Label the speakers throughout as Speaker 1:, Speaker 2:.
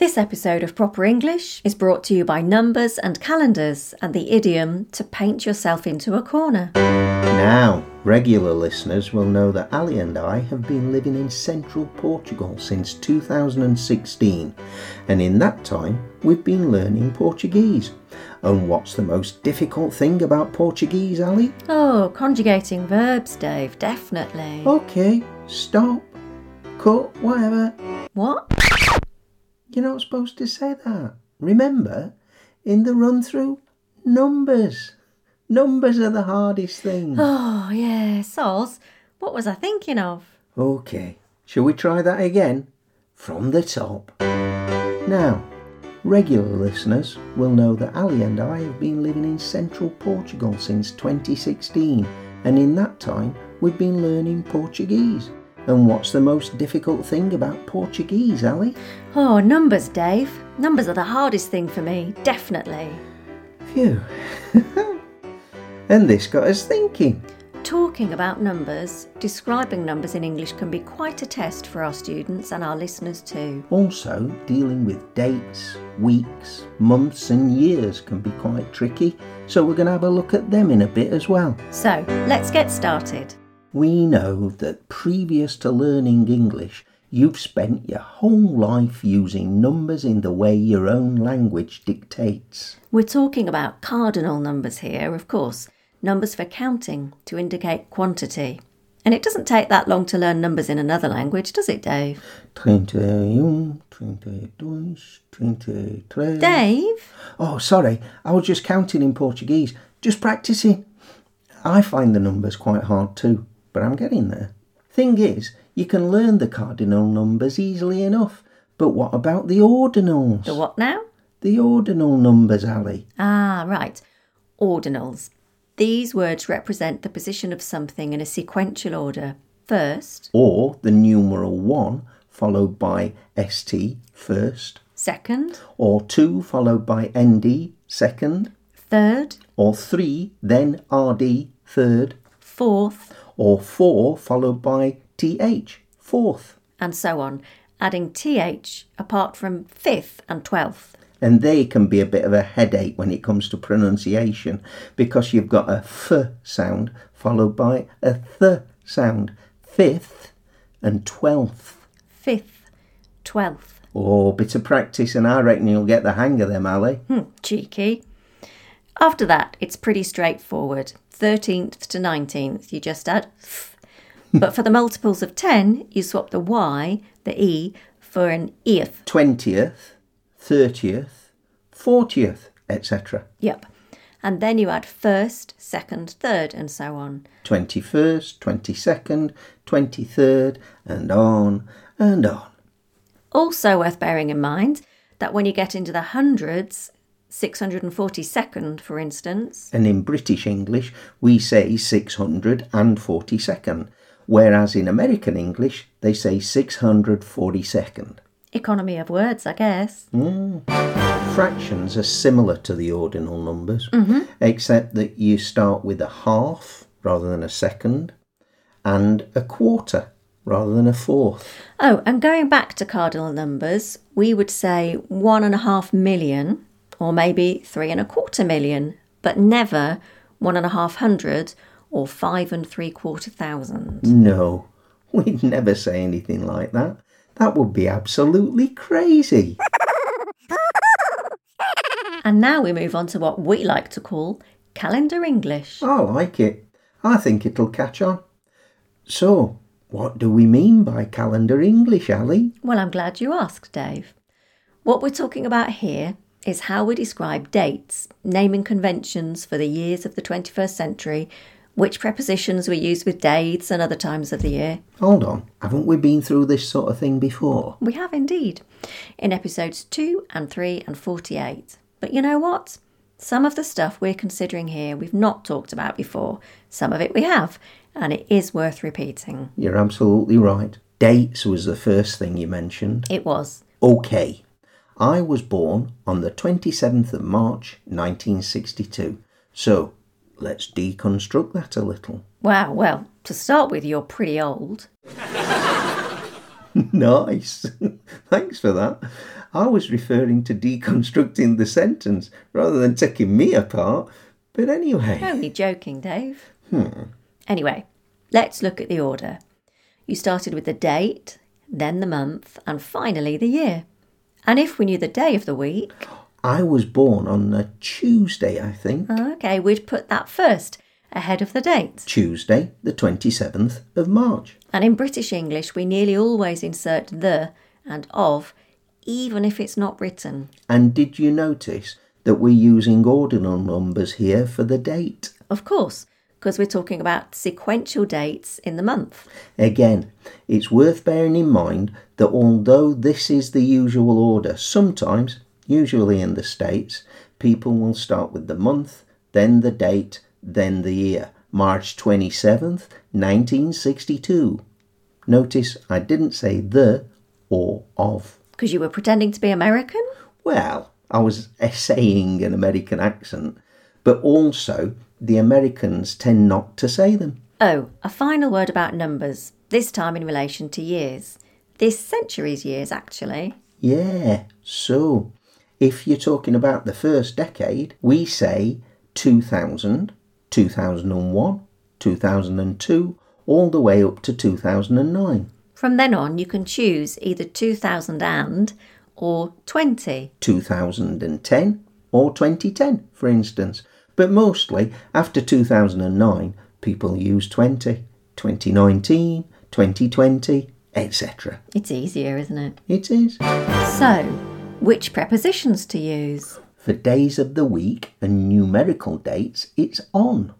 Speaker 1: This episode of Proper English is brought to you by numbers and calendars and the idiom to paint yourself into a corner.
Speaker 2: Now, regular listeners will know that Ali and I have been living in central Portugal since 2016, and in that time we've been learning Portuguese. And what's the most difficult thing about Portuguese, Ali?
Speaker 1: Oh, conjugating verbs, Dave, definitely.
Speaker 2: Okay, stop, cut, whatever.
Speaker 1: What?
Speaker 2: You're not supposed to say that. Remember, in the run through, numbers. Numbers are the hardest thing.
Speaker 1: Oh, yeah, Soz, what was I thinking of?
Speaker 2: Okay, shall we try that again? From the top. Now, regular listeners will know that Ali and I have been living in central Portugal since 2016, and in that time we've been learning Portuguese. And what's the most difficult thing about Portuguese, Ali?
Speaker 1: Oh, numbers, Dave. Numbers are the hardest thing for me, definitely.
Speaker 2: Phew. and this got us thinking.
Speaker 1: Talking about numbers, describing numbers in English can be quite a test for our students and our listeners too.
Speaker 2: Also, dealing with dates, weeks, months, and years can be quite tricky, so we're going to have a look at them in a bit as well.
Speaker 1: So, let's get started.
Speaker 2: We know that previous to learning English, you've spent your whole life using numbers in the way your own language dictates.
Speaker 1: We're talking about cardinal numbers here, of course, numbers for counting to indicate quantity. And it doesn't take that long to learn numbers in another language, does it, Dave?
Speaker 2: 21, 22, 23.
Speaker 1: Dave?
Speaker 2: Oh, sorry, I was just counting in Portuguese, just practicing. I find the numbers quite hard too, but I'm getting there. Thing is, you can learn the cardinal numbers easily enough, but what about the ordinals?
Speaker 1: The what now?
Speaker 2: The ordinal numbers, Ali.
Speaker 1: Ah, right. Ordinals. These words represent the position of something in a sequential order. First,
Speaker 2: Or the numeral 1 followed by ST first,
Speaker 1: second,
Speaker 2: or 2 followed by ND second,
Speaker 1: third,
Speaker 2: or 3 then RD third,
Speaker 1: fourth,
Speaker 2: or 4 followed by TH fourth.
Speaker 1: and so on, adding th apart from fifth and twelfth.
Speaker 2: And they can be a bit of a headache when it comes to pronunciation because you've got a f sound followed by a th sound, fifth and twelfth.
Speaker 1: fifth, twelfth.
Speaker 2: Oh, bit of practice, and I reckon you'll get the hang of them, Ali.
Speaker 1: Hmm, cheeky. After that, it's pretty straightforward. 13th to 19th, you just add th. But for the multiples of 10, you swap the y, the e, for an eth.
Speaker 2: 20th, 30th, 40th, etc.
Speaker 1: Yep. And then you add first, second, third, and so on.
Speaker 2: 21st, 22nd, 23rd, and on and on.
Speaker 1: Also worth bearing in mind that when you get into the hundreds, 642nd, for instance,
Speaker 2: And in British English, we say 642nd, whereas in American English, they say 642nd.
Speaker 1: economy of words, I guess.
Speaker 2: Hmm. Fractions are similar to the ordinal numbers, except that you start with a half rather than a second, and a quarter rather than a fourth.
Speaker 1: Oh, and going back to cardinal numbers, we would say one and a half million or maybe three and a quarter million, but never one and a half hundred or five and three quarter thousand.
Speaker 2: No, we'd never say anything like that. That would be absolutely crazy.
Speaker 1: And now we move on to what we like to call calendar English.
Speaker 2: I like it. I think it'll catch on. So, what do we mean by calendar English, Ali?
Speaker 1: Well, I'm glad you asked, Dave. What we're talking about here is how we describe dates, naming conventions for the years of the 21st century, which prepositions we use with dates and other times of the year.
Speaker 2: Hold on, haven't we been through this sort of thing before?
Speaker 1: We have indeed, in episodes 2 and 3 and 48. But you know what? Some of the stuff we're considering here we've not talked about before, some of it we have, and it is worth repeating.
Speaker 2: You're absolutely right. Dates was the first thing you mentioned.
Speaker 1: It was.
Speaker 2: Okay, I was born on the 27th of March 1962. So, let's deconstruct that a little.
Speaker 1: Wow, well, to start with, you're pretty old.
Speaker 2: nice. Thanks for that. I was referring to deconstructing the sentence rather than taking me apart. But anyway,
Speaker 1: Only joking, Dave. Anyway, let's look at the order. You started with the date, then the month, and finally the year. And if we knew the day of the week,
Speaker 2: I was born on a Tuesday, I
Speaker 1: Oh.
Speaker 2: think.
Speaker 1: okay, we'd put that first, ahead of the date.
Speaker 2: Tuesday, the 27th of March.
Speaker 1: And in British English, we nearly always insert the and of, even if it's not written.
Speaker 2: And did you notice that we're using ordinal numbers here for the date?
Speaker 1: Of course, because we're talking about sequential dates in the month.
Speaker 2: Again, it's worth bearing in mind that although this is the usual order, sometimes, usually in the States, people will start with the month, then the date, then the year. March 27th, 1962. Notice I didn't say the or of.
Speaker 1: Because you were pretending to be American?
Speaker 2: Well, I was essaying an American accent, but also the Americans tend not to say them.
Speaker 1: Oh, a final word about numbers, this time in relation to years. This century's years, actually.
Speaker 2: Yeah, so if you're talking about the first decade, we say 2000, 2001, 2002, all the way up to 2009.
Speaker 1: From then on, you can choose either 2000 and or 20.
Speaker 2: 2010 or 2010, for instance. But mostly after 2009, people use 20, 2019, 2020, etc.
Speaker 1: It's easier, isn't it?
Speaker 2: It is.
Speaker 1: So, which prepositions to use?
Speaker 2: For days of the week and numerical dates, it's on.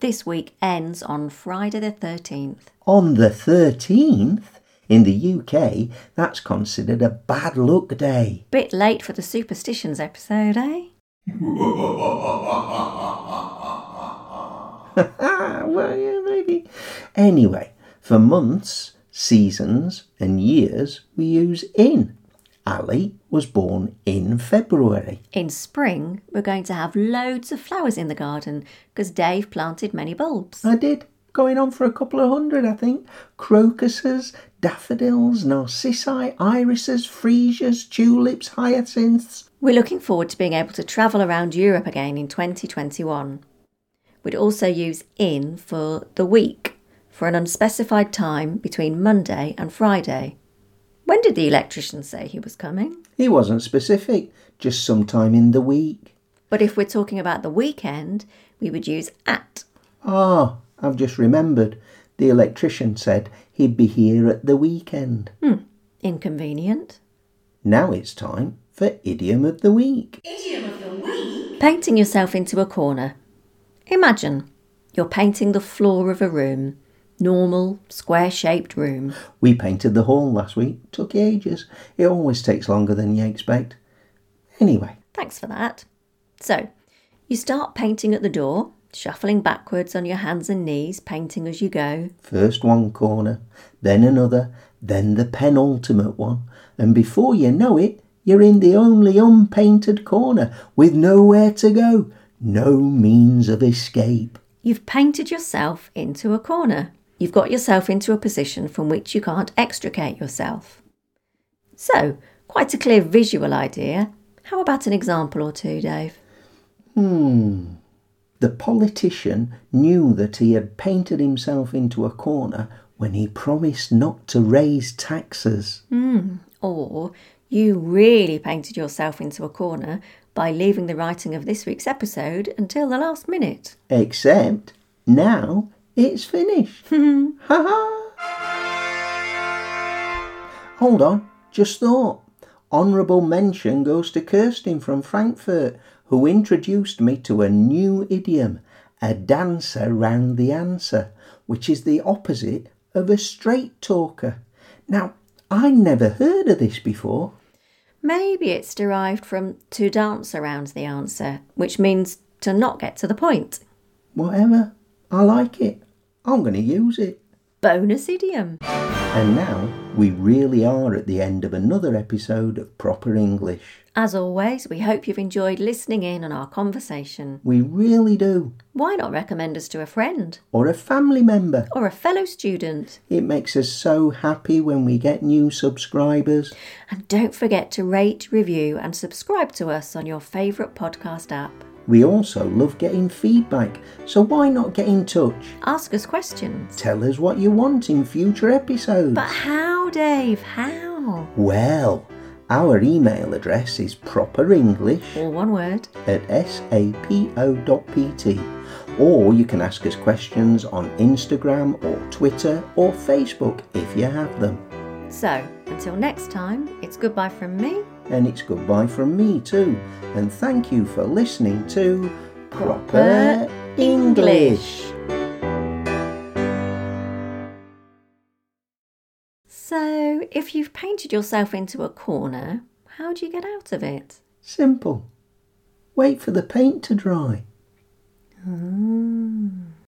Speaker 1: This week ends on Friday the 13th.
Speaker 2: On the 13th, in the UK, that's considered a bad luck day.
Speaker 1: Bit late for the superstitions episode, eh?
Speaker 2: Ah, well, yeah, maybe. Anyway, for months, seasons, and years, we use in. Ali was born in February.
Speaker 1: In spring, we're going to have loads of flowers in the garden because Dave planted many bulbs.
Speaker 2: I did. Going on for a couple of hundred, I think. Crocuses, daffodils, narcissi, irises, freesias, tulips, hyacinths.
Speaker 1: We're looking forward to being able to travel around Europe again in 2021. We'd also use in for the week for an unspecified time between Monday and Friday. When did the electrician say he was coming?
Speaker 2: He wasn't specific, just sometime in the week.
Speaker 1: But if we're talking about the weekend, we would use at.
Speaker 2: Ah, I've just remembered. The electrician said he'd be here at the weekend.
Speaker 1: Inconvenient.
Speaker 2: Now it's time for Idiom of the Week.
Speaker 1: Painting yourself into a corner. Imagine you're painting the floor of a room, normal, square shaped room.
Speaker 2: We painted the hall last week. Took ages. It always takes longer than you expect. Anyway,
Speaker 1: Thanks for that. So, you start painting at the door, shuffling backwards on your hands and knees, painting as you go.
Speaker 2: first one corner, then another, then the penultimate one, and before you know it, you're in the only unpainted corner with nowhere to go, no means of escape.
Speaker 1: You've painted yourself into a corner. You've got yourself into a position from which you can't extricate yourself. So, quite a clear visual idea. How about an example or two, Dave?
Speaker 2: Hmm. The politician knew that he had painted himself into a corner when he promised not to raise taxes.
Speaker 1: Hmm. Or you really painted yourself into a corner by leaving the writing of this week's episode until the last minute.
Speaker 2: Except now it's finished. ha ha! Hold on, just thought. Honourable mention goes to Kirsten from Frankfurt, who introduced me to a new idiom, a dancer round the answer, which is the opposite of a straight talker. Now, I never heard of this before.
Speaker 1: Maybe it's derived from to dance around the answer, which means to not get to the point.
Speaker 2: Whatever, I like it. I'm going to use it.
Speaker 1: Bonus idiom.
Speaker 2: And now, We really are at the end of another episode of Proper English.
Speaker 1: As always, we hope you've enjoyed listening in on our conversation.
Speaker 2: We really do.
Speaker 1: Why not recommend us to a friend
Speaker 2: Or a family member.
Speaker 1: or a fellow student?
Speaker 2: It makes us so happy when we get new subscribers.
Speaker 1: And don't forget to rate, review, and subscribe to us on your favourite podcast app.
Speaker 2: We also love getting feedback, so why not get in touch?
Speaker 1: Ask us questions.
Speaker 2: Tell us what you want in future episodes.
Speaker 1: But how, Dave? How?
Speaker 2: Well, our email address is properenglish
Speaker 1: All one word.
Speaker 2: at sapo.pt or you can ask us questions on Instagram or Twitter or Facebook if you have them.
Speaker 1: So, until next time, it's goodbye from me.
Speaker 2: And it's goodbye from me too, and thank you for listening to Proper English.
Speaker 1: So, if you've painted yourself into a corner, how do you get out of it?
Speaker 2: Simple. Wait for the paint to dry.
Speaker 1: Mm.